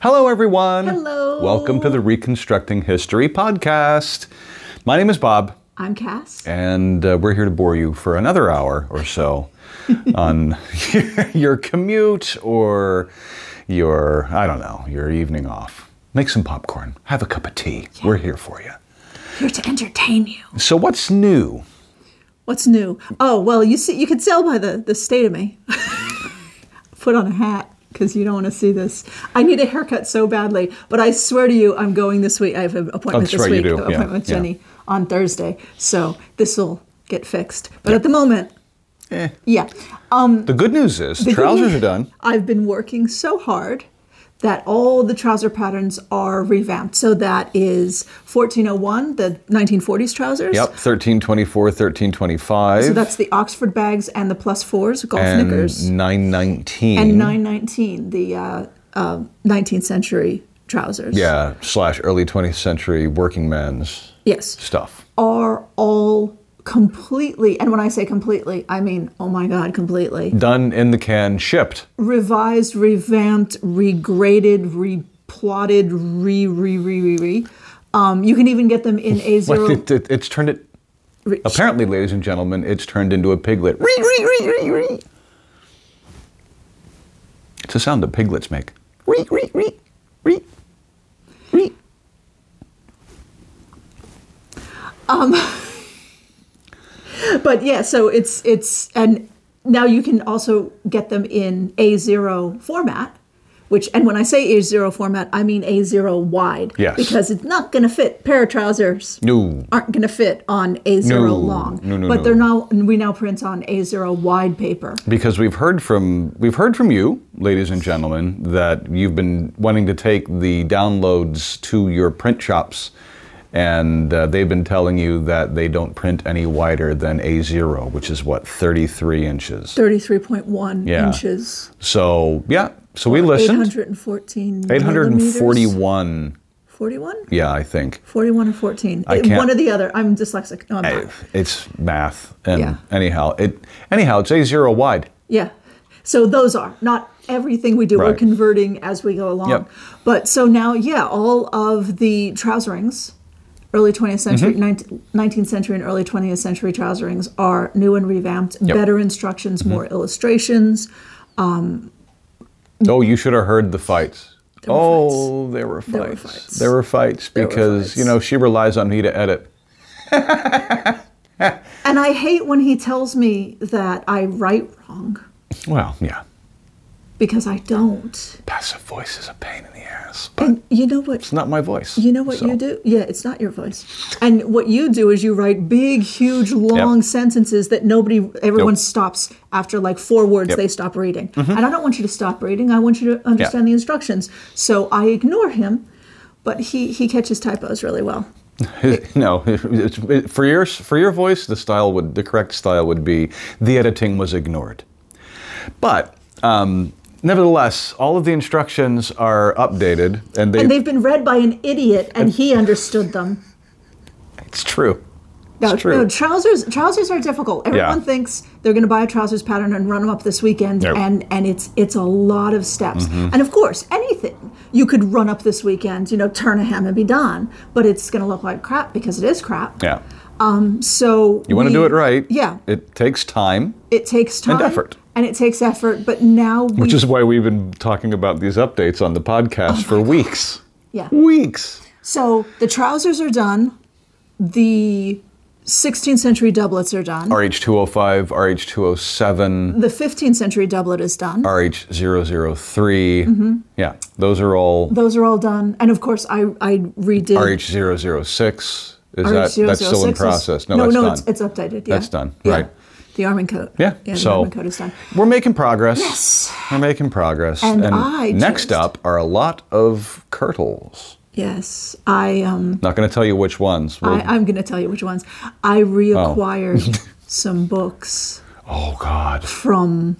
Hello, everyone. Hello. Welcome to the Reconstructing History podcast. My name is Bob, I'm Cass. and uh, we're here to bore you for another hour or so on your commute or your, I don't know, your evening off. Make some popcorn, have a cup of tea. We're here for you. Here to entertain you. So, what's new? What's new? Oh well, you see, you can tell by the the state of me. Put on a hat because you don't want to see this. I need a haircut so badly, but I swear to you, I'm going this week. I have an appointment that's this right, you week. do. an Yeah, appointment with yeah. Jenny on Thursday, so this will get fixed. But at the moment, Eh. yeah, The good news is trousers are done. I've been working so hard that all the trouser patterns are revamped. So that is 1401, the 1940s trousers. Yep, 1324, 1325. So that's the Oxford bags and the plus fours, golf and knickers, 919. and 919, the uh, uh, 19th century trousers. Yeah, slash early 20th century working men's Yes. stuff. Are all completely, and when I say completely, I mean, oh my God, completely. Done in the can, shipped. Revised, revamped, regraded, replotted, re, re, re, re, re. Um, you can even get them in Like A0. it, it- it's turned it. Re- Apparently, ladies and gentlemen, it's turned into a piglet. Ree, ree, ree, ree, ree. It's a sound that piglets make. Ree, ree, ree, ree, ree. Um, But yeah, so it's it's and now you can also get them in A0 format, which and when I say A0 format, I mean A0 wide. Yes. Because it's not going to fit pair of trousers. No. Aren't going to fit on A0 No, long. no, no, but no. they're now we now print on A0 wide paper. because we've heard from we've heard from you, ladies and gentlemen, that you've been wanting to take the downloads to your print shops, and uh, they've been telling you that they don't print any wider than A0, which is what 33 inches. 33.1 Yeah. inches. So yeah, so we listened. 814 millimeters. 841. 41? Yeah, I think 41 or 14. I It- can't- One or the other. I'm dyslexic. No, I'm not. it's math, and Yeah. anyhow, it anyhow it's A0 wide. Yeah. So those are not everything we do. We're Right. converting as we go along. Yep. But so now, yeah, all of the trouserings, early 20th Mm-hmm. century, 19th, 19th century, and early 20th century trouserings are new and revamped, better instructions, Mm-hmm. more illustrations. Oh, you should have heard the fights. were oh, there were were fights. fights. There were fights were because you fights. know she relies on me to edit. And I hate when he tells me that I write wrong Well, yeah, because I don't. passive voice is a pain in the ass, but And you know what? it's not my voice. You know what you do? Yeah, it's not your voice. And what you do is you write big, huge, long sentences that nobody, everyone Nope. stops after like four words, Yep. they stop reading. And I don't want you to stop reading. I want you to understand the instructions. So I ignore him, but he, he catches typos really well. no, it's, it, for your for your voice, the style would the correct style would be the editing was ignored, but. Um, Nevertheless, all of the instructions are updated, and they—it's And they've been read by an idiot, and he understood them. true. No, It's true. no, trousers trousers are difficult. Everyone Yeah. thinks they're going to buy a trousers pattern and run them up this weekend, Nope. Mm-hmm. and and it's it's a lot of steps. And of course, anything you could run up this weekend, you know, turn a hem and be done. But it's going to look like crap because it is crap. Yeah, So you want to do it right. Yeah, it, it takes time. takes time effort. and it takes effort. But now we Oh Which is why we've been talking about these updates on the podcast for weeks. yeah. Weeks. So the trousers are done. The 16th century doublets are done. RH205, RH207, The 15th century doublet is done. RH003. Mm-hmm. Yeah, those are all. Those are all done, and of course, I I redid RH006. Is that RH006 that's still in is- process? No, no, that's no, done. it's, it's updated. Yeah. That's done, Yeah. right. The Armin coat. yeah. the so Armin coat is done. we're making progress. Yes. We're making progress. And I next just- up are a lot of curtles. Yes, I um Not going to tell you which ones. We'll- I, I'm going to tell you which ones. I reacquired some books oh God. from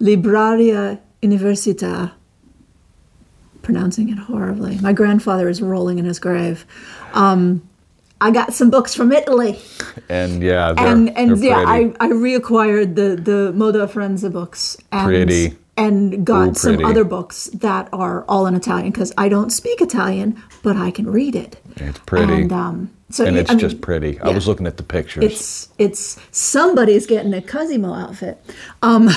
Libraria Università. Pronouncing it horribly. My grandfather is rolling in his grave. Um, I got some books from Italy. And yeah, they're, and and they're yeah, pretty. I, I reacquired the the Moda Forenza books. And Pretty. and got Ooh, some pretty. other books that are all in Italian because I don't speak Italian, but I can read it. It's pretty. And, um, so and yeah, it's I mean, just pretty. I yeah. was looking at the pictures. It's it's somebody's getting a Cosimo outfit. Um,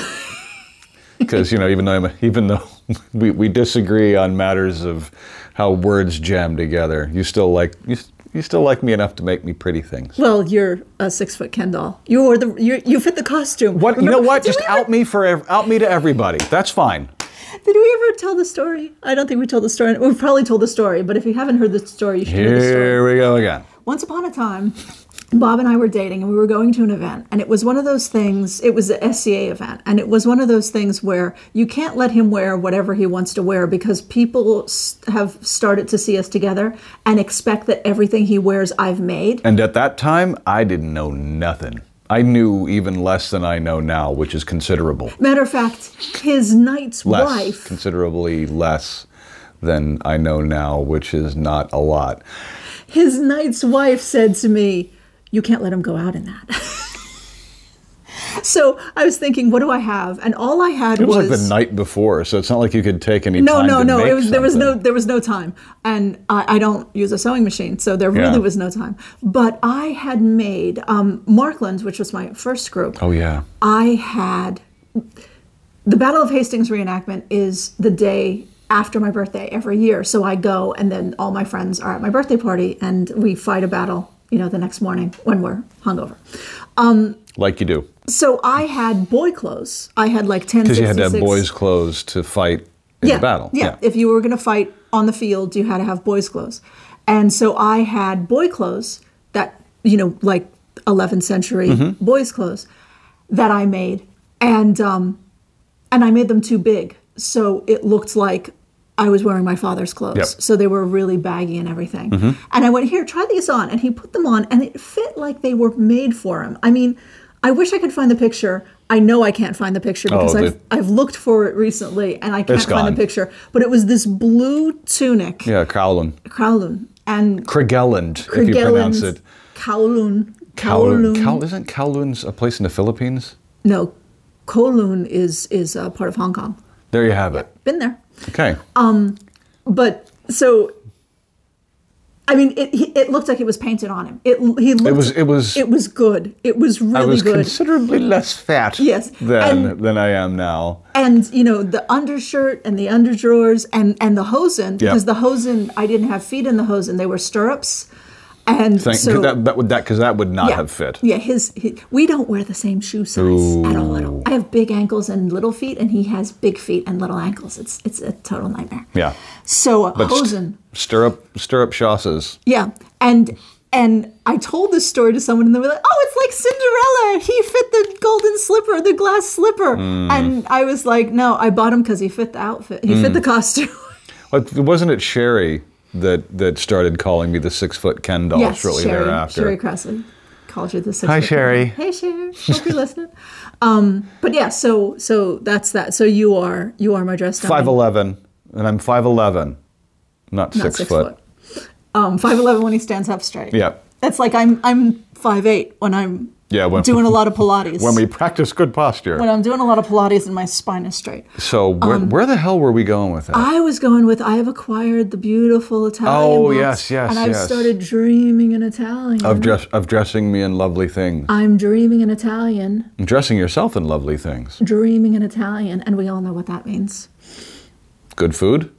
because you know even though I'm, even though we, we disagree on matters of how words jam together you still like you, s- you still like me enough to make me pretty things Well, you're a six foot Ken doll. You were the you you fit the costume. what you know Remember- what Did just we ever- out me for ev- out me to everybody that's fine Did we ever tell the story? I don't think we told the story. We've probably told the story, but if you haven't heard the story, you should hear the story. here we go again Once upon a time, Bob and I were dating and we were going to an event. And it was one of those things, it was the SCA event. And it was one of those things where you can't let him wear whatever he wants to wear because people s- have started to see us together and expect that everything he wears I've made. and at that time i didn't know nothing i knew even less than i know now which is considerable Matter of fact, his knight's less wife. considerably less than i know now which is not a lot his knight's wife said to me, You can't let him go out in that. so I was thinking, What do I have? And all I had it was, was. like the night before so it's not like you could take any no, time no, to no. make It was there was no something. there was no time, and I, I don't use a sewing machine, so there Yeah. really was no time. But I had made um, Markland, which was my first group. oh yeah I had the Battle of Hastings reenactment is the day after my birthday every year. So I go, and then all my friends are at my birthday party, and we fight a battle, you know, the next morning when we're hungover. Like you do. So I had boy clothes. I had like 10 Because you had to have boys' clothes to fight in the battle. Yeah. If you were going to fight on the field, you had to have boys' clothes. And so I had boy clothes that, you know, like 11th century Mm-hmm. boys' clothes that I made. And, um, and I made them too big. So it looked like I was wearing my father's clothes. Yep. Mm-hmm. So they were really baggy and everything. And I went, here, try these on. And he put them on and it fit like they were made for him. I mean, I wish I could find the picture. I know I can't find the picture because Oh, the- I've, I've looked for it recently and I can't It's find gone. the picture. But it was this blue tunic, Yeah, Kowloon. Kowloon, and Krigeland, if you pronounce Kerguelen's- it. Kowloon. Kowloon. Kowloon. Kow- isn't Kowloon's a place in the Philippines? no, Kowloon is, is uh, part of Hong Kong. There you have it. Been there. Okay. Ah, but so I mean, it he- it looked like it was painted on him. It he looked, was- it was- it was good. It was really I was good. considerably less fat Yes, than, and- than I am now. and you know the undershirt and the underdrawers and and the hosen because the hosen I didn't have feet in the hosen. They were stirrups, and Thank, so that, that would that because that would not have fit. Yeah, his, he- we don't wear the same shoe size at all. At all. I have big ankles and little feet, and he has big feet and little ankles. It's it's a total nightmare. Yeah. So uh, But st- hosen. stirrup stirrup chassas. Yeah, and and I told this story to someone, and they were like, "Oh, it's like Cinderella. He fit the golden slipper, the glass slipper." Mm. And I was like, "No, I bought him because he fit the outfit. He Mm. fit the costume." But Wasn't it Sherry that that started calling me the six foot Ken doll yes, shortly Sherry, thereafter? Sherry Cressley called you the six. Hi, foot- Sherry. Hey, Sherry. Hope you're listening. Um, but yeah, so so that's that. So you are you are my dress down. Five eleven, and I'm five eleven, not, not six, foot. Um, five eleven when he stands up straight. Yeah. That's like I'm I'm five eight when I'm Yeah, when- doing a lot of Pilates. When we practice good posture. when Um, I'm doing a lot of Pilates and my spine is straight. So where, where the hell were we going with that? I was going with I have acquired the beautiful Italian. Oh, waltz, yes, yes, And I've yes. started dreaming in Italian. of dress of dressing me in lovely things, I'm dreaming in Italian, dressing yourself in lovely things. dreaming in Italian, and we all know what that means. Good food.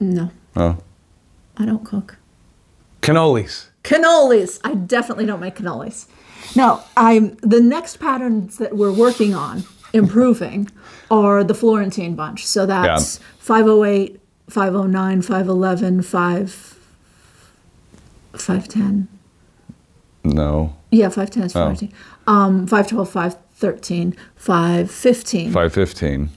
No, Oh, I don't cook. cannolis. Cannolis. I definitely don't make cannolis. No, I'm the next patterns that we're working on improving are the Florentine bunch. So that's 508, 509, 511, 5 510. No, Yeah, 510 is 14. Um, 512, 513, 515. five fifteen.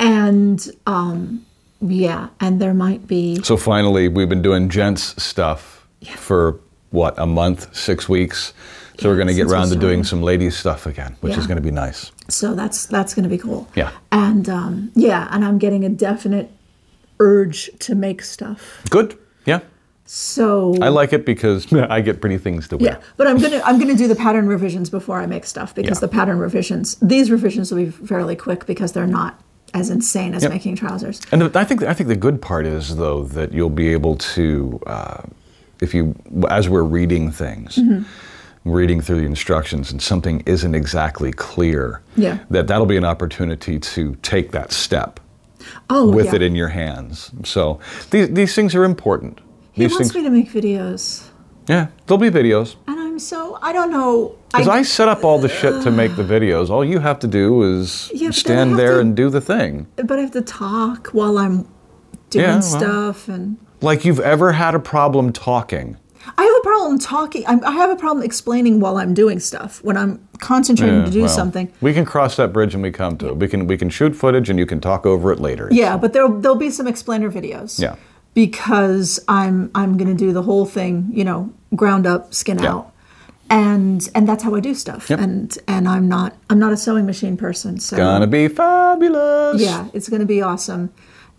And um, yeah, and there might be So finally, we've been doing gents stuff for what a month, six weeks. So we're going to get since we around to doing started. some ladies stuff again, which is Yeah. going to be nice. so that's that's going to be cool. Yeah. And um, yeah, and I'm getting a definite urge to make stuff. Good. Yeah, So I like it because I get pretty things to wear. yeah, but I'm gonna I'm gonna do the pattern revisions before I make stuff because Yeah. the pattern revisions these revisions will be fairly quick because they're not as insane as making trousers. And the, I think I think the good part is though that you'll be able to, uh, if you as we're reading things, Mm-hmm. reading through the instructions, and something isn't exactly clear, Yeah. that that'll be an opportunity to take that step Oh, with yeah. it in your hands. So these these things are important. He these wants things, me to make videos, yeah, there'll be videos. and I'm so I don't know. Because I, set up all the shit to make the videos. All you have to do is Yeah, but then I stand have there to- and do the thing. but I have to talk while I'm doing Yeah, well. stuff, and Like you've ever had a problem talking. I have a problem talking. I'm, I have a problem explaining while I'm doing stuff when I'm concentrating Yeah, to do well, something. We can cross that bridge when we come to it. We can we can shoot footage and you can talk over it later. Yeah, but there there'll be some explainer videos. Yeah. Because I'm I'm gonna do the whole thing, you know, ground up, skin Yeah. out, and and that's how I do stuff. Yep. And and I'm not I'm not a sewing machine person. So Gonna be fabulous. yeah, it's gonna be awesome.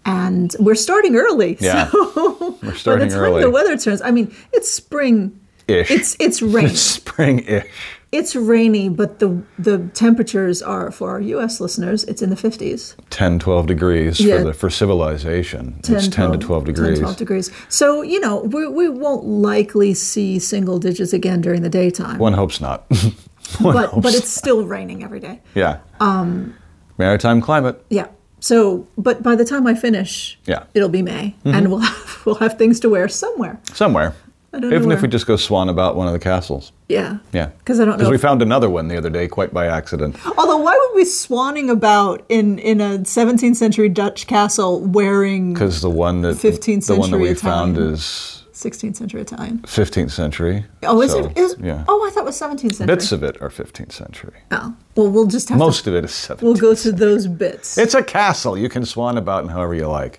And we're starting early. Yeah. So We're by the starting time early. the weather turns, I mean, it's spring. Ish. It's it's rainy. Spring ish. it's rainy, but the the temperatures are for our U.S. listeners. It's in the 50s. 10, 12 degrees Yeah. for the for civilization. it's ten to twelve degrees. 12 degrees. So, you know, we, we won't likely see single digits again during the daytime. One hopes not. but but it's still raining every day. yeah. Um Maritime climate. Yeah. So, but by the time I finish, Yeah. Mm-hmm. it'll be May and we'll have, we'll have things to wear somewhere. Somewhere. I don't know Even if we where. just go swan about one of the castles. Yeah. Yeah. Because I don't know. Because we if- Oh, found another one the other day quite by accident. Although, why would we swanning about in, in a 17th century Dutch castle wearing Because the one that 15th the one that century we found Italian. is 16th century Italian? 15th century. Oh, is so, it? Is, yeah. Oh, I thought it was 17th century. Bits of it are 15th century. Oh. Well, we'll just have to. Most of it is 17th. We'll go to those bits. It's a castle you can swan about in however you like.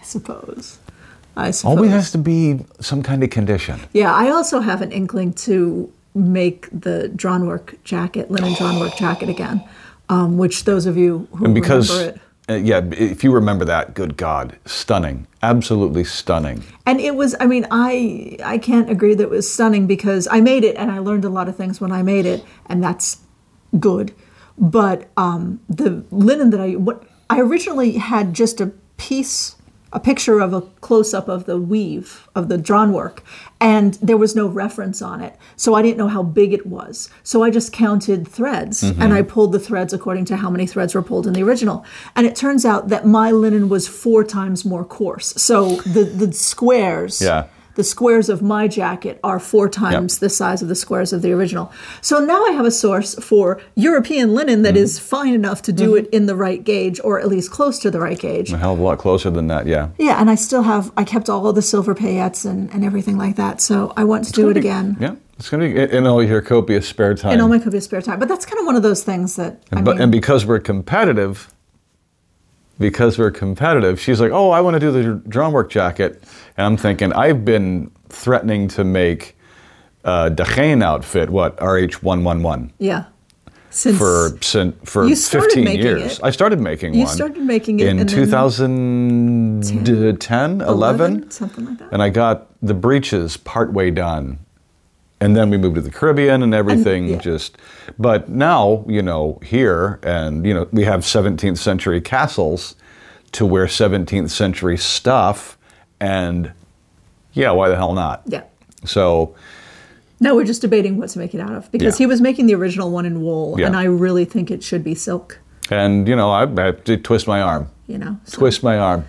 I suppose. I suppose. Always has to be some kind of condition. yeah, I also have an inkling to make the drawn work jacket, linen drawn work jacket again, um, which those of you who And because, remember it. uh, yeah, b- if you remember that, good God, stunning. Absolutely stunning. And it was, I mean, I I can't agree that it was stunning because I made it and I learned a lot of things when I made it, and that's good. But um, the linen that I what I originally had just a piece, a picture of a close up of the weave of the drawn work, and there was no reference on it, so I didn't know how big it was. So I just counted threads and I pulled the threads according to how many threads were pulled in the original. And it turns out that my linen was four times more coarse. So the the squares Yeah. the squares of my jacket are four times the size of the squares of the original. So now I have a source for European linen that is fine enough to do it in the right gauge or at least close to the right gauge. A hell of a lot closer than that, yeah. Yeah, and I still have, I kept all of the silver paillettes and, and everything like that. So I want to do it again Yeah. It's going to be in all your copious spare time. in all my copious spare time. But that's kind of one of those things that I but, mean, and because we're competitive, because we're competitive, she's like, "Oh, I want to do the drum work jacket," and I'm thinking, I've been threatening to make a Dachane outfit, what RH one one one yeah. Since for sin- for You started 15 making years. it. I started making You one. started making it in and then- 2010, 11, something like that. and I got the breeches partway done. And then we moved to the Caribbean and everything yeah. just but now, you know, here and you know, we have 17th century castles to wear 17th century stuff and yeah, why the hell not? Yeah. So, Now we're just debating what to make it out of because Yeah. he was making the original one in wool, Yeah. and I really think it should be silk. and you know, I, I have to twist my arm. You know, so- Twist my arm.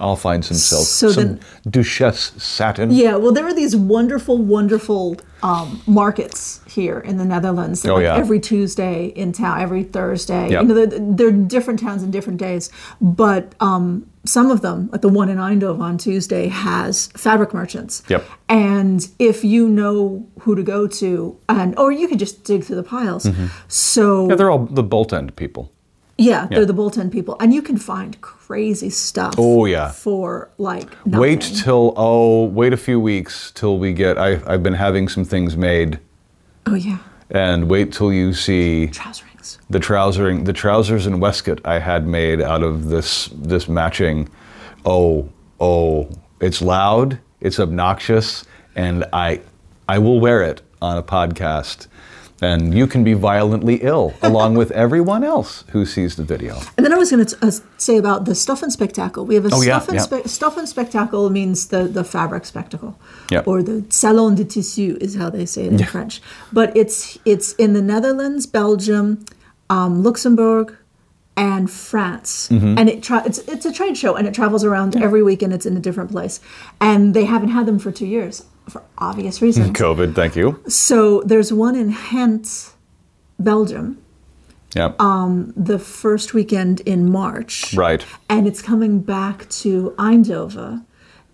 I'll find some silk. So some then- Duchesse satin. Yeah, well, there are these wonderful, wonderful um, markets here in the Netherlands. that, Oh, like, yeah. Every Tuesday in town, every Thursday. Yep. You know, they're, they're different towns and different days, but um, some of them, like the one in Eindhoven on Tuesday, has fabric merchants. Yep. And if you know who to go to, and or you could just dig through the piles. Mm-hmm. So Yeah, they're all the bolt end people. yeah, they're the Bolton people, and you can find crazy stuff. Oh, yeah. For like Wait nothing. till oh, wait a few weeks till we get. I, I've been having some things made, Oh yeah, and wait till you see trouser rings. the trousering, the trousers and waistcoat I had made out of this this matching. Oh, oh, it's loud, it's obnoxious, and I I will wear it on a podcast. And you can be violently ill along with everyone else who sees the video. And then I was going to uh, say about the stuff and spectacle. We have a Oh, yeah, stuff, and yeah. spe- stuff and spectacle means the, the fabric spectacle, Yeah. or the salon de tissu is how they say it in French. But it's it's in the Netherlands, Belgium, um, Luxembourg, and France, Mm-hmm. and it tra- it's it's a trade show, and it travels around every week, and it's in a different place, and they haven't had them for two years for obvious reasons. COVID, thank you. So there's one in Ghent, Belgium, Yeah. the first weekend in March. Right. And it's coming back to Eindhoven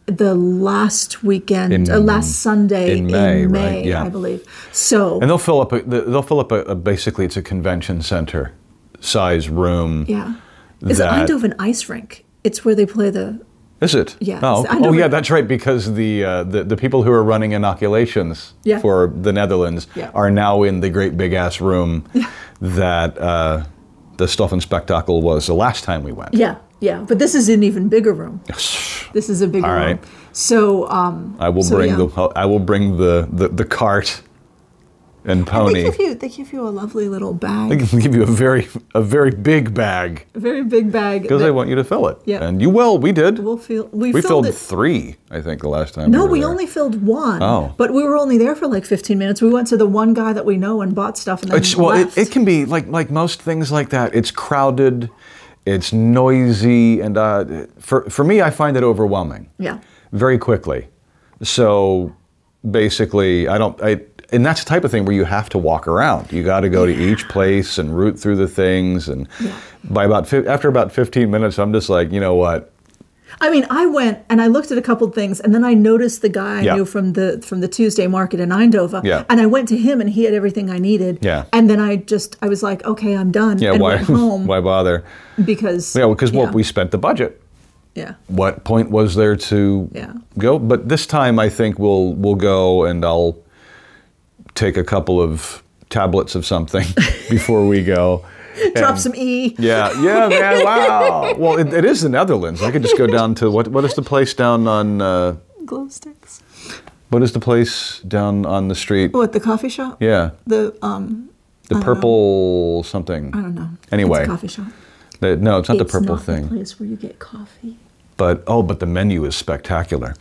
the last weekend, In- uh, last Sunday in May, right? May, Yeah. I believe. So, And they'll fill up. A, they'll fill up a, a basically it's a convention center size room. yeah. It's the That- Eindhoven ice rink. It's where they play the. Is it? Yeah, it's Oh, the okay. oh underwear- yeah, that's right. Because the, uh, the the people who are running inoculations Yeah. for the Netherlands Yeah. are now in the great big ass room that uh, the stuff and spectacle was the last time we went. Yeah, yeah. But this is an even bigger room. This is a bigger All room. right. So, um, I will so, bring yeah. the I will bring the, the, the cart and They pony. give, you, they give you a lovely little I bag, can give you a very a very big bag a very big bag. because I that want you to fill it. Yeah. And you will. We did. We'll feel, we, we filled filled it three, I think, the last time. No, were we there. only filled one. Oh. But we were only there for like 15 minutes. We went to the one guy that we know and bought stuff and then It's, well, it, left. it can be like like most things like that. It's crowded, it's noisy, and uh, for for me, I find it overwhelming yeah. very quickly. So basically, I don't. I and that's the type of thing where you have to walk around. You got to go to each place and root through the things. And by about fif- after about fifteen minutes, I'm just like, you know what? I mean, I went and I looked at a couple things and then I noticed the guy I Yeah. knew from the from the Tuesday market in Eindhoven. Yeah. And I went to him and he had everything I needed. Yeah. And then I just I was like, okay, I'm done. Yeah, and why went home why bother? because Yeah, because yeah, what we spent the budget. Yeah. what point was there to Yeah. go? But this time, I think we'll we'll go and I'll take a couple of tablets of something before we go. Drop And- some E. Yeah, yeah, man, wow. Well, it, it is the Netherlands. I could just go down to what what is the place down on uh, Glow sticks. what is the place down on the street? Oh, at the coffee shop? Yeah, The um the purple something. I don't know. Anyway, It's a coffee shop. The- no, it's not the It's purple not thing. The place where you get coffee. but oh, but the menu is spectacular.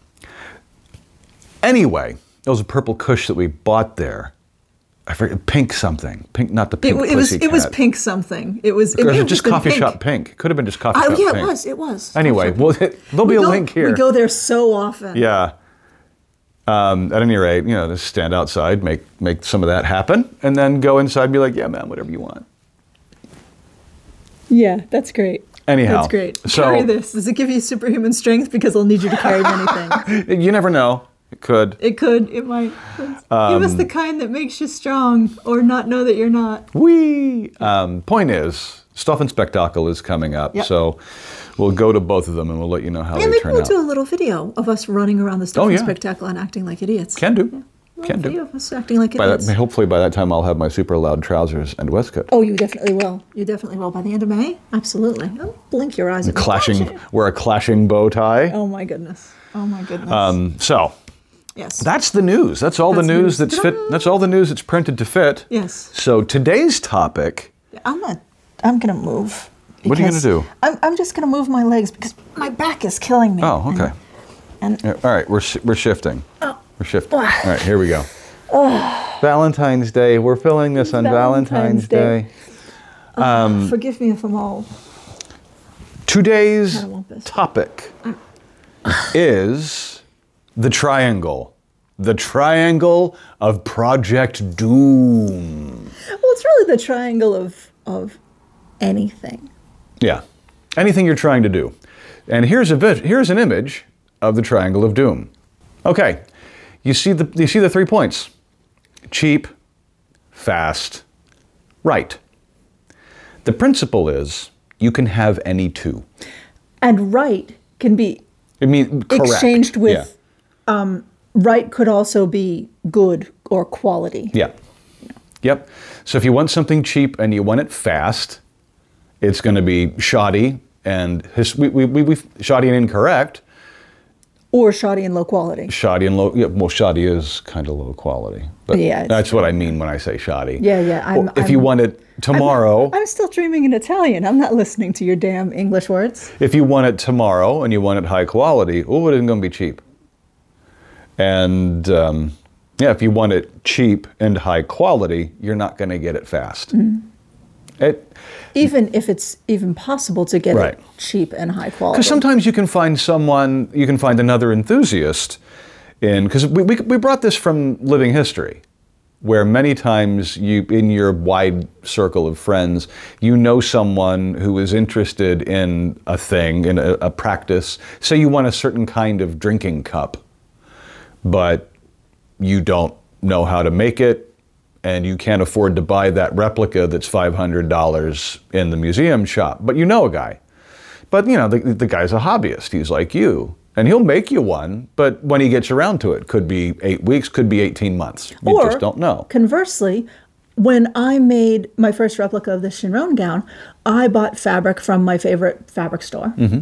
Anyway, it was a purple Kush that we bought there. I forget pink something, pink, not the It, pink. it was it was Pussycat. pink something. It was it Or may was it have just been coffee pink. shop pink? Could have been just coffee Oh shop yeah, pink. it was. It was. Anyway, well, there'll be We a go- link here. We go there so often. Yeah. Um, at any rate, you know, just stand outside, make make some of that happen, and then go inside and be like, yeah, man, whatever you want. Yeah, that's great. Anyhow, that's great. so- carry this. Does it give you superhuman strength? Because I'll need you to carry many things. You never know. It could. It could. It might. give us the Um, kind that makes you strong, or not know that you're not. We um, point is stuff and spectacle is coming up, Yep. so we'll go to both of them and we'll let you know how And they maybe turn we'll out. do a little video of us running around the stuff Oh, and yeah. spectacle and acting like idiots. Can do, A little can video do. of us acting like By idiots. that, hopefully, by that time, I'll have my super loud trousers and waistcoat. Oh, you definitely will. You definitely will by the end of May. Absolutely. Oh, blink your eyes. and "Oh, go, "Watch Clashing, it." wear a clashing bow tie. Oh my goodness. Oh my goodness. Um, so yes. that's the news. That's all That's the news news. that's fit. Ta-da! That's all the news that's printed to fit. Yes. So today's topic. I'm not. I'm gonna move. What are you gonna do? because I'm, I'm just gonna move my legs because my back is killing me. Oh, okay. And, and Yeah, uh, All right, we're sh- we're shifting. Oh. We're shifting. All right, here we go. Valentine's Day. We're filling this on Valentine's, Valentine's Day. Day. forgive me if I'm all. Today's I want this. topic is the triangle. The triangle of Project Doom. Well, it's really the triangle of of anything. Yeah. Anything you're trying to do. And here's a vis- here's an image of the triangle of doom. Okay. You see the you see the three points. Cheap, fast, right. The principle is you can have any two. And right can be I mean correct. exchanged with. um, Yeah. Right could also be good or quality. Yeah. Yep. So if you want something cheap and you want it fast, it's going to be shoddy and his, we, we, we, we, shoddy and incorrect, or shoddy and low quality. Shoddy and low. Yeah, well, shoddy is kind of low quality. But Yeah, it's- that's what I mean when I say shoddy. Yeah, yeah, I'm- Well, if you I'm- want it tomorrow, I'm still dreaming in Italian. I'm not listening to your damn English words. if you want it tomorrow and you want it high quality, oh, it isn't going to be cheap. And um, yeah, if you want it cheap and high quality, you're not going to get it fast. Mm. It Even if it's even possible to get Right. it cheap and high quality. Because sometimes you can find someone, you can find another enthusiast in, because we, we, we brought this from living history, where many times you, in your wide circle of friends, you know someone who is interested in a thing, in a, a practice. Say you want a certain kind of drinking cup, but you don't know how to make it and you can't afford to buy that replica that's $500 in the museum shop, but you know a guy. But you know, the, the guy's a hobbyist. He's like you, and he'll make you one. But when he gets around to it, could be eight weeks, could be eighteen months. You or just don't know. Conversely, when I made my first replica of the Chiron gown, I bought fabric from my favorite fabric store. Mm-hmm.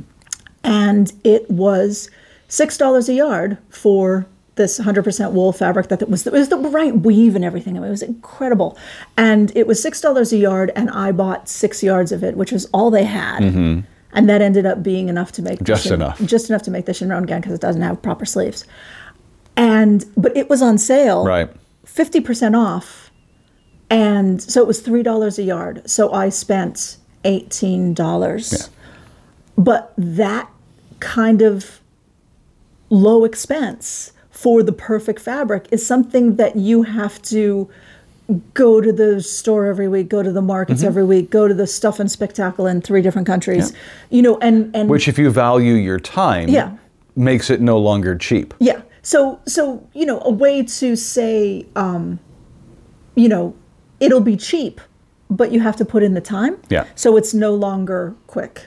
And it was $6 a yard for this 100% wool fabric that was, it was the right weave and everything. I mean, it was incredible. And it was $6 a yard, and I bought six yards of it, which was all they had. And that ended up being enough to make the Mm-hmm. Just Shin- enough. just enough to make the Chiron gown because it doesn't have proper sleeves. And but it was on sale Right. fifty percent off, and so it was three dollars a yard. So I spent eighteen dollars. But that kind of low expense for the perfect fabric is something that you have to go to the store every week, go to the markets every week, go to the stuff and spectacle in three different countries, you know, and and Which, if you value your time, Yeah. makes it no longer cheap. Yeah. So so you know a way to say um, you know it'll be cheap, but you have to put in the time. Yeah. So it's no longer quick.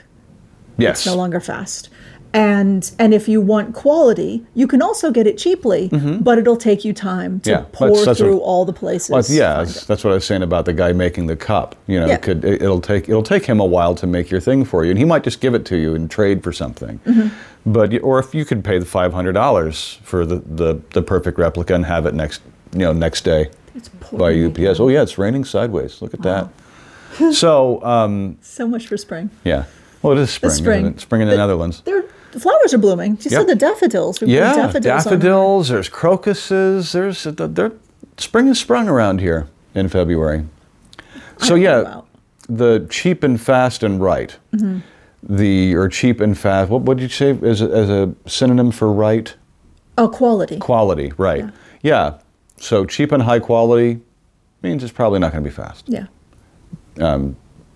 Yes. It's no longer fast. And and if you want quality, you can also get it cheaply, but it'll take you time to Mm-hmm. Yeah. pour That's- that's through what- all the places. Well, yeah, that's, that's what I was saying about the guy making the cup. You know, Yeah. it could it, will take it'll take him a while to make your thing for you, and he might just give it to you and trade for something. Mm-hmm. But you- or if you could pay the five hundred dollars for the, the the perfect replica and have it next you know next day It's by pouring. UPS. Oh yeah, it's raining sideways. Look at that. so um, So much for spring. yeah, well it is spring. isn't spring. it? Spring in the Netherlands. There, the flowers are blooming. You Yep. saw the daffodils. We put Yeah, daffodils. on- daffodils. There's crocuses. There's there. Spring is sprung around here in February. So don't know yeah, about- the cheap and fast and right. Mm-hmm. The or cheap and fast. What would you say as a, as a synonym for right? Oh, quality. Quality, right? Yeah. So cheap and high quality means it's probably not going to be fast. yeah.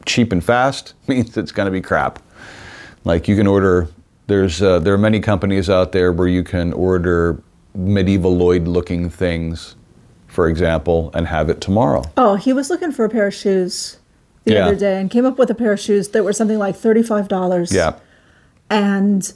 Cheap and fast means it's going to be crap. Like you can order. There's uh, there are many companies out there where you can order medievaloid looking things, for example, and have it tomorrow. Oh, he was looking for a pair of shoes the Yeah. other day and came up with a pair of shoes that were something like $35. Yeah. And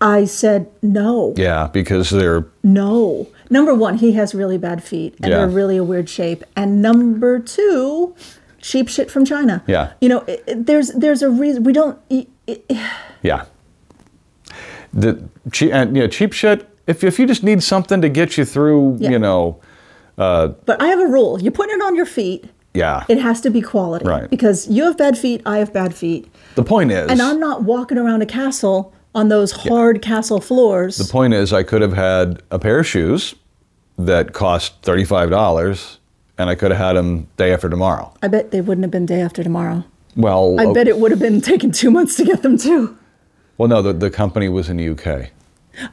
I said, no, Yeah, because they're no. Number one, he has really bad feet and Yeah. they're really a weird shape. And number two, cheap shit from China. Yeah. You know, it, it- there's there's a reason we don't. e- e- yeah. The che- and, yeah, cheap shit. If if you just need something to get you through, Yeah. you know, But I have a rule. You're putting it on your feet. yeah. It has to be quality. Right. Because you have bad feet, I have bad feet. the point is, And I'm not walking around a castle on those hard castle floors. the point is, I could have had a pair of shoes that cost thirty five dollars, and I could have had them day after tomorrow. I bet they wouldn't have been day after tomorrow. Well, I o- bet it would have been taken two months to get them too. well, no, the, the company was in the UK.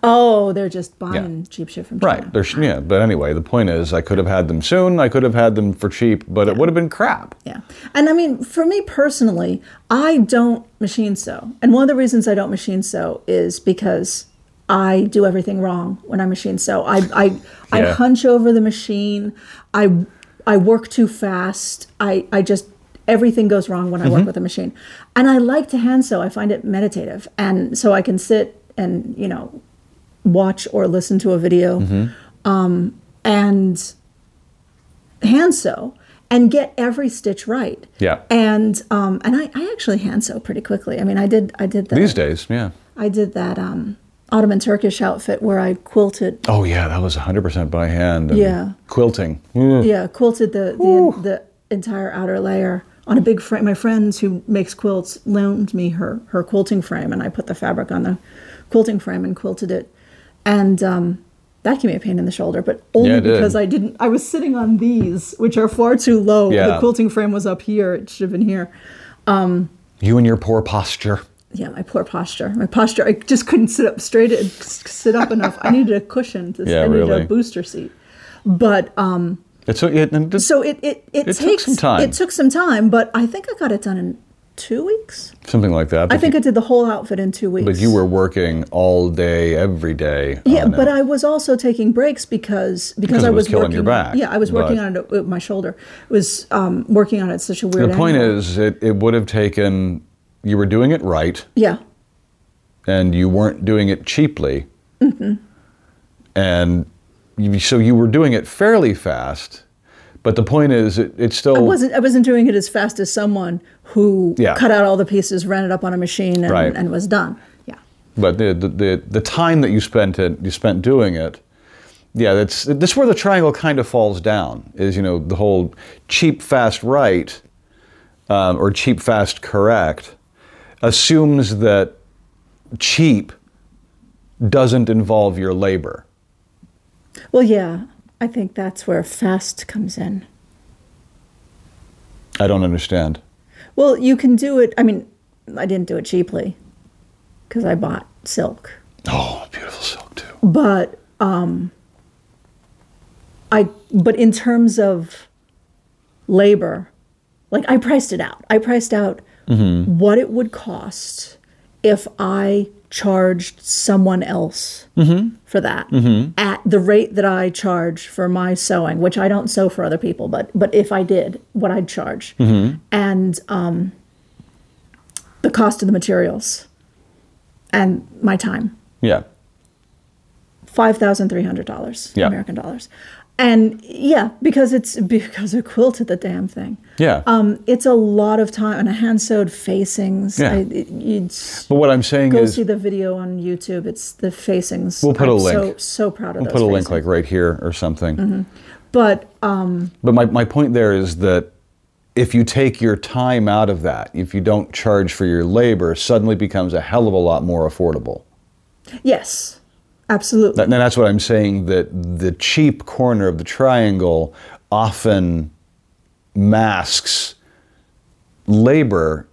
Oh, they're just buying cheap shit from China. Right. There's, yeah. But anyway, the point is, I could have had them soon. I could have had them for cheap, but it would have been crap. Yeah. And I mean, for me personally, I don't machine sew. And one of the reasons I don't machine sew is because I do everything wrong when I machine sew. I I, I Yeah. hunch over the machine. I I work too fast. I I just everything goes wrong when I work with a machine. And I like to hand sew. I find it meditative. And so I can sit and, you know, watch or listen to a video and hand sew and get every stitch right. Yeah. And um, and I, I actually hand sew pretty quickly. I mean, I did I did that. These days, yeah. I did that um, Ottoman Turkish outfit where I quilted. Oh yeah, that was 100% by hand. and Yeah. Quilting. Mm. Yeah, quilted the the, the entire outer layer on a big frame. My friend who makes quilts loaned me her her quilting frame, and I put the fabric on the quilting frame and quilted it. And um, that gave me a pain in the shoulder, but only Yeah, it did. because I didn't. I was sitting on these, which are far too low. Yeah. The quilting frame was up here; it should have been here. You and your poor posture. Yeah, my poor posture. My posture. I just couldn't sit up straight. s- Sit up enough. I needed a cushion. To, Yeah, I needed really. a booster seat. But um, It's so it, and just So it it, it, It took takes some time. It took some time, but I think I got it done in two weeks. something like that. I but think you- I did the whole outfit in two weeks. but you were working all day every day. Um, Yeah, on it. but I was also taking breaks because because, Because I it was was, killing working. your back, Yeah, I was working but- on it with my shoulder. Was um, working on it at such a weird. the point angle. is it, it would have taken you were doing it right yeah, and you weren't doing it cheaply. Mm-hmm. And you, so you were doing it fairly fast. But the point is it, it's still I wasn't I wasn't doing it as fast as someone who Yeah. cut out all the pieces, ran it up on a machine, and, Right. and was done. Yeah, But the, the the the time that you spent it, you spent doing it, yeah, that's that's where the triangle kind of falls down. Is you know the whole cheap fast right, um, or cheap fast correct, assumes that cheap doesn't involve your labor. well, yeah, I think that's where fast comes in. I don't understand. Well, you can do it. I mean, I didn't do it cheaply because I bought silk, Oh, beautiful silk too. but um, I. But in terms of labor, like I priced it out. I priced out what it would cost if I charged someone else for that at the rate that I charge for my sewing, which I don't sew for other people, but but if I did, what I'd charge, and um, the cost of the materials and my time Yeah, five thousand three hundred dollars Yeah. American dollars, and yeah, because it's because I quilted the damn thing. yeah. Um, it's a lot of time and a hand sewed facings. Yeah. I, it- you s- but what I'm saying go is, see the video on YouTube. It's the facings. We'll put a I'm So, link. so proud of I'll those. put a link like facings. right here or something. Mm-hmm. But um, But my, my point there is that if you take your time out of that, if you don't charge for your labor, suddenly becomes a hell of a lot more affordable. yes, absolutely. That, and that's what I'm saying that the cheap corner of the triangle often masks labor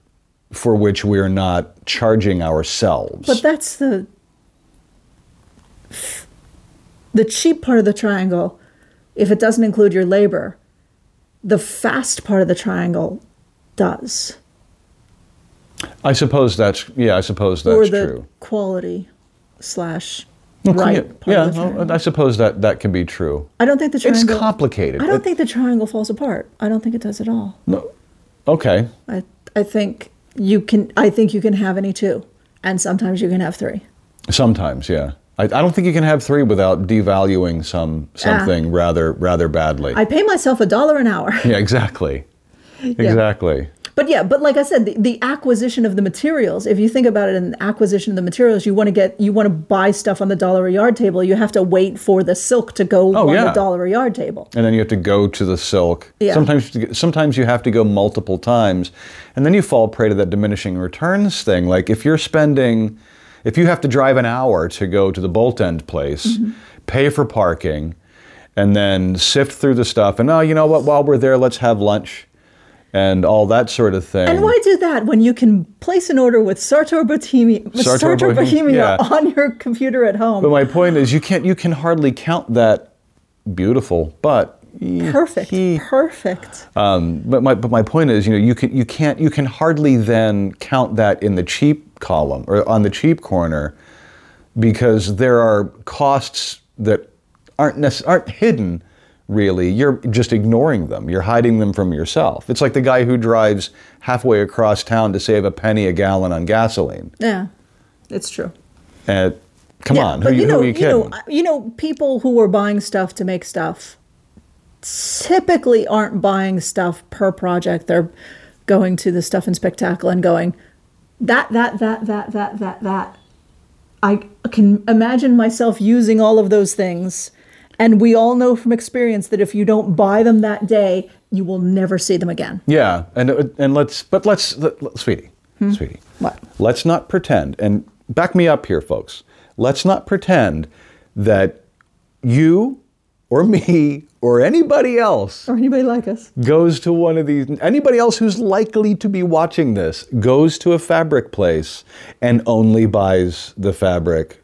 for which we are not charging ourselves. But that's the the cheap part of the triangle. If it doesn't include your labor, the fast part of the triangle does. I suppose that's yeah. I suppose or that's the true. quality slash Okay, right part yeah, of the triangle. well, I suppose that that can be true. I don't think the It's triangle. complicated. I don't It- think the triangle falls apart. I don't think it does at all. no, okay. I I think you can. I think you can have any two, and sometimes you can have three. Sometimes, yeah. I, I don't think you can have three without devaluing some something rather rather badly. Ah. I pay myself a dollar an hour. yeah, exactly. Exactly. But yeah, but like I said, the, the acquisition of the materials, if you think about it in the acquisition of the materials, you want to get you want to buy stuff on the dollar a yard table, you have to wait for the silk to go on Oh, yeah. the dollar a yard table. And then you have to go to the silk. Yeah. Sometimes you- sometimes you have to go multiple times, and then you fall prey to that diminishing returns thing. Like if you're spending, if you have to drive an hour to go to the bolt end place, Mm-hmm. pay for parking, and then sift through the stuff, and oh, you know what? While we're there, let's have lunch, and all that sort of thing. And why do that when you can place an order with Sartor Bohemia, Sartor Sartor Bohem- Bohemia yeah. on your computer at But home? my point is, you can't you can hardly count that beautiful. But Perfect. Perfect. um, but my but my point is, you know, you can you can't you can hardly then count that in the cheap column or on the cheap corner, because there are costs that aren't necess- aren't hidden. Really, you're just ignoring them. You're hiding them from yourself. It's like the guy who drives halfway across town to save a penny a gallon on gasoline. Yeah. It's true. Uh, come Yeah, on, who, but you, you know, who are you you, kidding? know, you know, people who are buying stuff to make stuff typically aren't buying stuff per project. They're going to the stuff and spectacle and going that that that that that that that. I can imagine myself using all of those things. And we all know from experience that if you don't buy them that day, you will never see them again. Yeah, and uh, and let's but let's let, let- sweetie, Hmm? sweetie, What? Let's not pretend and back me up here, folks. Let's not pretend that you or me or anybody else Or anybody like us. goes to one of these anybody else who's likely to be watching this goes to a fabric place and only buys the fabric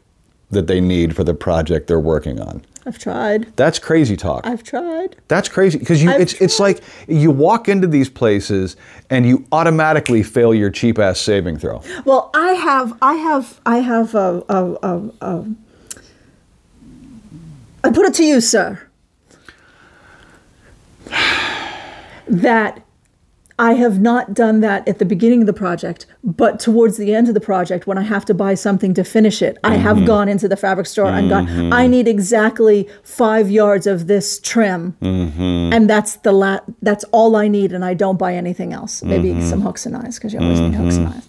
that they need for the project they're working on. I've tried. That's crazy talk. I've tried. That's crazy because you I've it's it's like you walk into these places and you automatically fail your cheap ass saving throw. Well, I have, I have, I have, uh, uh, uh, uh, I put it to you, sir, that I have not done that at the beginning of the project, but towards the end of the project, when I have to buy something to finish it, I have gone into the fabric store and gone, I need exactly five yards of this trim, and that's the la- that's all I need, and I don't buy anything else. Maybe some hooks and eyes, because you always need hooks and eyes.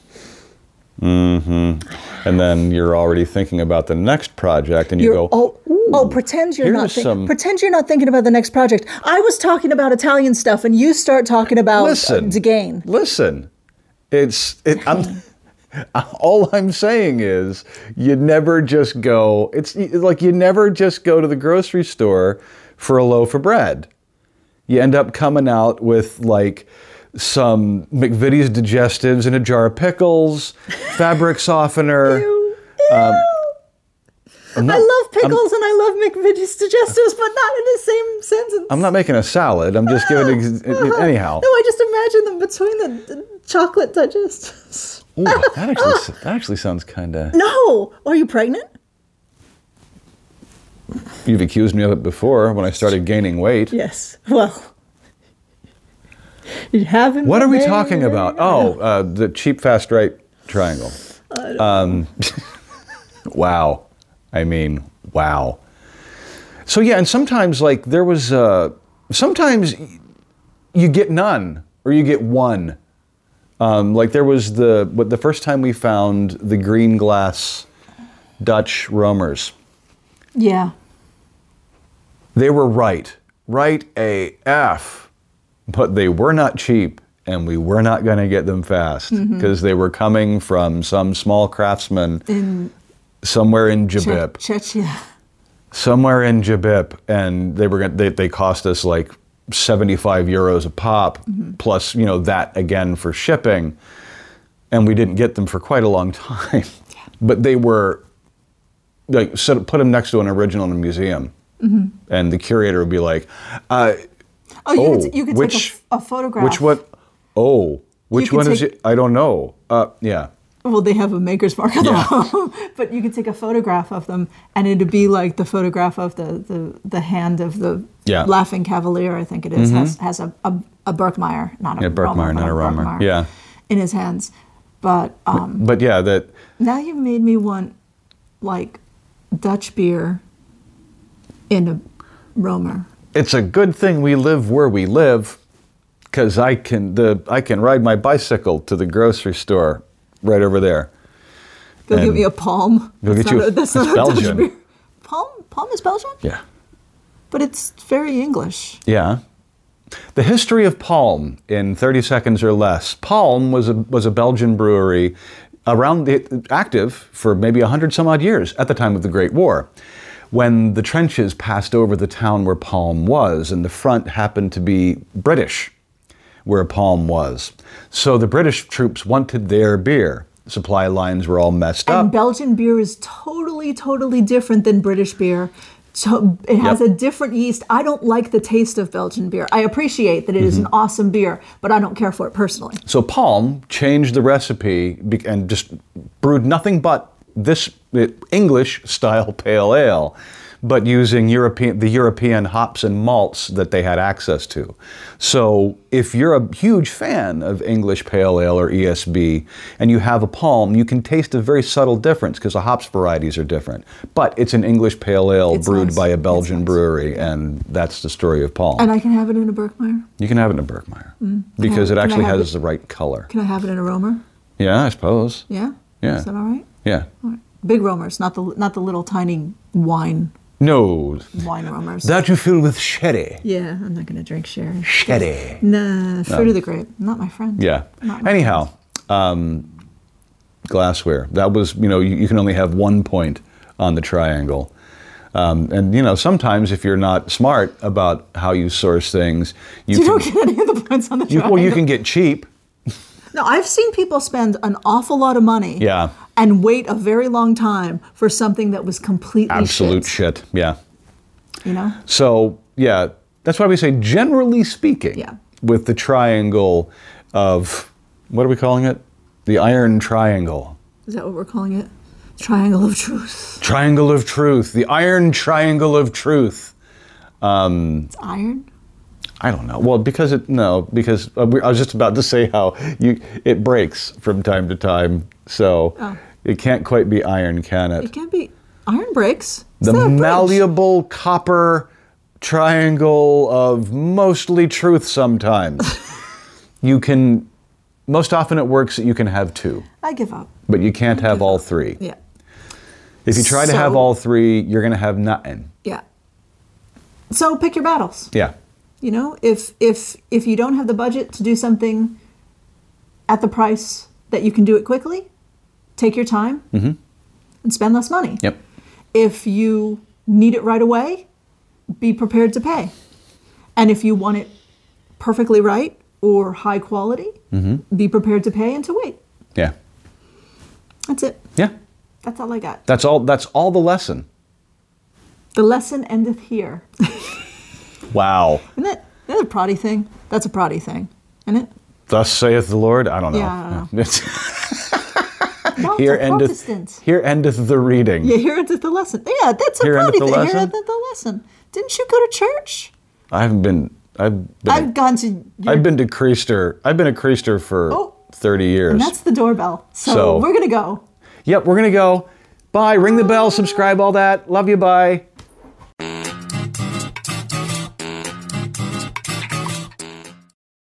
And then you're already thinking about the next project and you go You're, oh, oh, pretend you're not here's thi- some- pretend you're not thinking about the next project. I was talking about Italian stuff, and you start talking about listen. uh, Degain. Listen. It's it I'm all I'm saying is you never just go it's like you never just go to the grocery store for a loaf of bread. You end up coming out with like some McVitie's digestives in a jar of pickles, fabric softener. I'm not- I love I'm- pickles and I love McVitie's digestives, but not in the same sentence. Uh-huh. I'm not making a salad. I'm just giving ex- anyhow. No, I just imagine them between the, the chocolate digestives. Ooh, that actually that actually sounds kind of. No, are you pregnant? You've accused me of it before when I started gaining weight. Yes. Well, you haven't. What are we been talking married. about? Oh, uh, the cheap, fast, right triangle. Um, wow. I mean, wow. So, yeah, and sometimes, like, there was, uh, sometimes y- you get none or you get one. Um, like, there was the, what, the first time we found the green glass Dutch roamers. Yeah. They were right, right AF, but they were not cheap and we were not going to get them fast because they were coming from some small craftsman In somewhere in Che- Jabib, Chechnya. somewhere in Jabib, and they were gonna, they, they cost us like 75 euros a pop plus, you know, that again for shipping. And we didn't get them for quite a long time. But they were like so put them next to an original in a museum. And the curator would be like, uh, Oh, you Oh, could, you could which, take a f- a, photograph. Which one? Oh, which could one is take- it? I don't know. Uh, yeah. Well, they have a maker's mark on them, but you could take a photograph of them, and it'd be like the photograph of the the, the hand of the Yeah. Mm-hmm. laughing cavalier. I think it is, has has a a, a Berkmeyer, not a Yeah, Berkmeyer, Roemer, but not a Roemer. Berkmeyer Yeah. in his hands. But um, But yeah, that now you've made me want like Dutch beer in a Romer. it's a good thing we live where we live, because I can the I can ride my bicycle to the grocery store right over there. They'll And give me a palm. they'll That's get you not a- that's it's not a Dutch Belgian. beer. Palm palm is Belgian, Yeah. but it's very English. Yeah. The history of Palm in 30 seconds or less. Palm was a, was a Belgian brewery around the, active for maybe 100 some odd years at the time of the Great War. When the trenches passed over the town where Palm was, and the front happened to be British, where Palm was. So the British troops wanted their beer. Supply lines were all messed up. And Belgian beer is totally, totally different than British beer. So it has Yep. a different yeast. I don't like the taste of Belgian beer. I appreciate that it is an Mm-hmm. awesome beer, but I don't care for it personally. So Palm changed the recipe be- and just brewed nothing but this uh, English style pale ale, but using European the European hops and malts that they had access to. So if you're a huge fan of English pale ale or ESB and you have a Palm, you can taste a very subtle difference because the hops varieties are different. But it's an English pale ale It's brewed nice. by a It's Belgian nice. Um, brewery, and that's the story of Palm. And I can have it in a Berkmeyer. you can have it in a Berkmeyer because mm, it Can I- can I actually have has it? the right color. Can I have it in a Romer? Yeah, I suppose. Yeah? Yeah. Is that all right? Yeah. All right. Big roamers, not the not the little tiny wine No, wine roamers. that you fill with sherry. yeah, I'm not going to drink sherry. Sherry. Nah, fruit of the grape, not my friend. Yeah. Not my Anyhow, um, glassware. That was, you know, you, you can only have one point on the triangle. Um, and, you know, sometimes if you're not smart about how you source things, you, You can, don't get any of the points on the you, triangle. well, you can get cheap. No, I've seen people spend an awful lot of money. Yeah. And wait a very long time for something that was completely Absolute shit, shit. Yeah. you know. So, yeah, that's why we say, generally speaking, Yeah. with the triangle of, what are we calling it? The iron triangle. Is that what we're calling it? Triangle of Truth. Triangle of truth. The iron triangle of truth. It's iron. I don't know. Well, because it no, because uh, we, I was just about to say how you it breaks from time to time, so Oh. it can't quite be iron, can it? It can't be. Iron breaks. It's the not a bridge. malleable copper triangle of mostly truth. Sometimes you can, most often it works that you can have two, I give up. but you can't have all three. Yeah. If you try to have So- all three, you're going to have nothing. Yeah. So pick your battles. Yeah. You know, if if if you don't have the budget to do something at the price that you can do it quickly, take your time Mm-hmm. and spend less money. Yep. If you need it right away, be prepared to pay. And if you want it perfectly right or high quality, Mm-hmm. be prepared to pay and to wait. Yeah. That's it. Yeah. That's all I got. That's all. That's all the lesson. The lesson endeth here. Wow. Isn't it? That's a proddy thing. That's a proddy thing. Isn't it? Thus saith the Lord. I don't know. Yeah, I don't No, here it's a endeth Protestant. here endeth the reading. Yeah, here endeth the lesson. Yeah, that's a Here proddy endeth the thing. lesson? Here endeth the lesson. Didn't you go to church? I haven't been. I've been. I've gone to. Your, I've been to Creaster. I've been a Creaster for Oh. thirty years. that's the doorbell. So, So- we're gonna go. Yep, we're gonna go. Bye. Ring the bell. Subscribe. All that. Love you. Bye.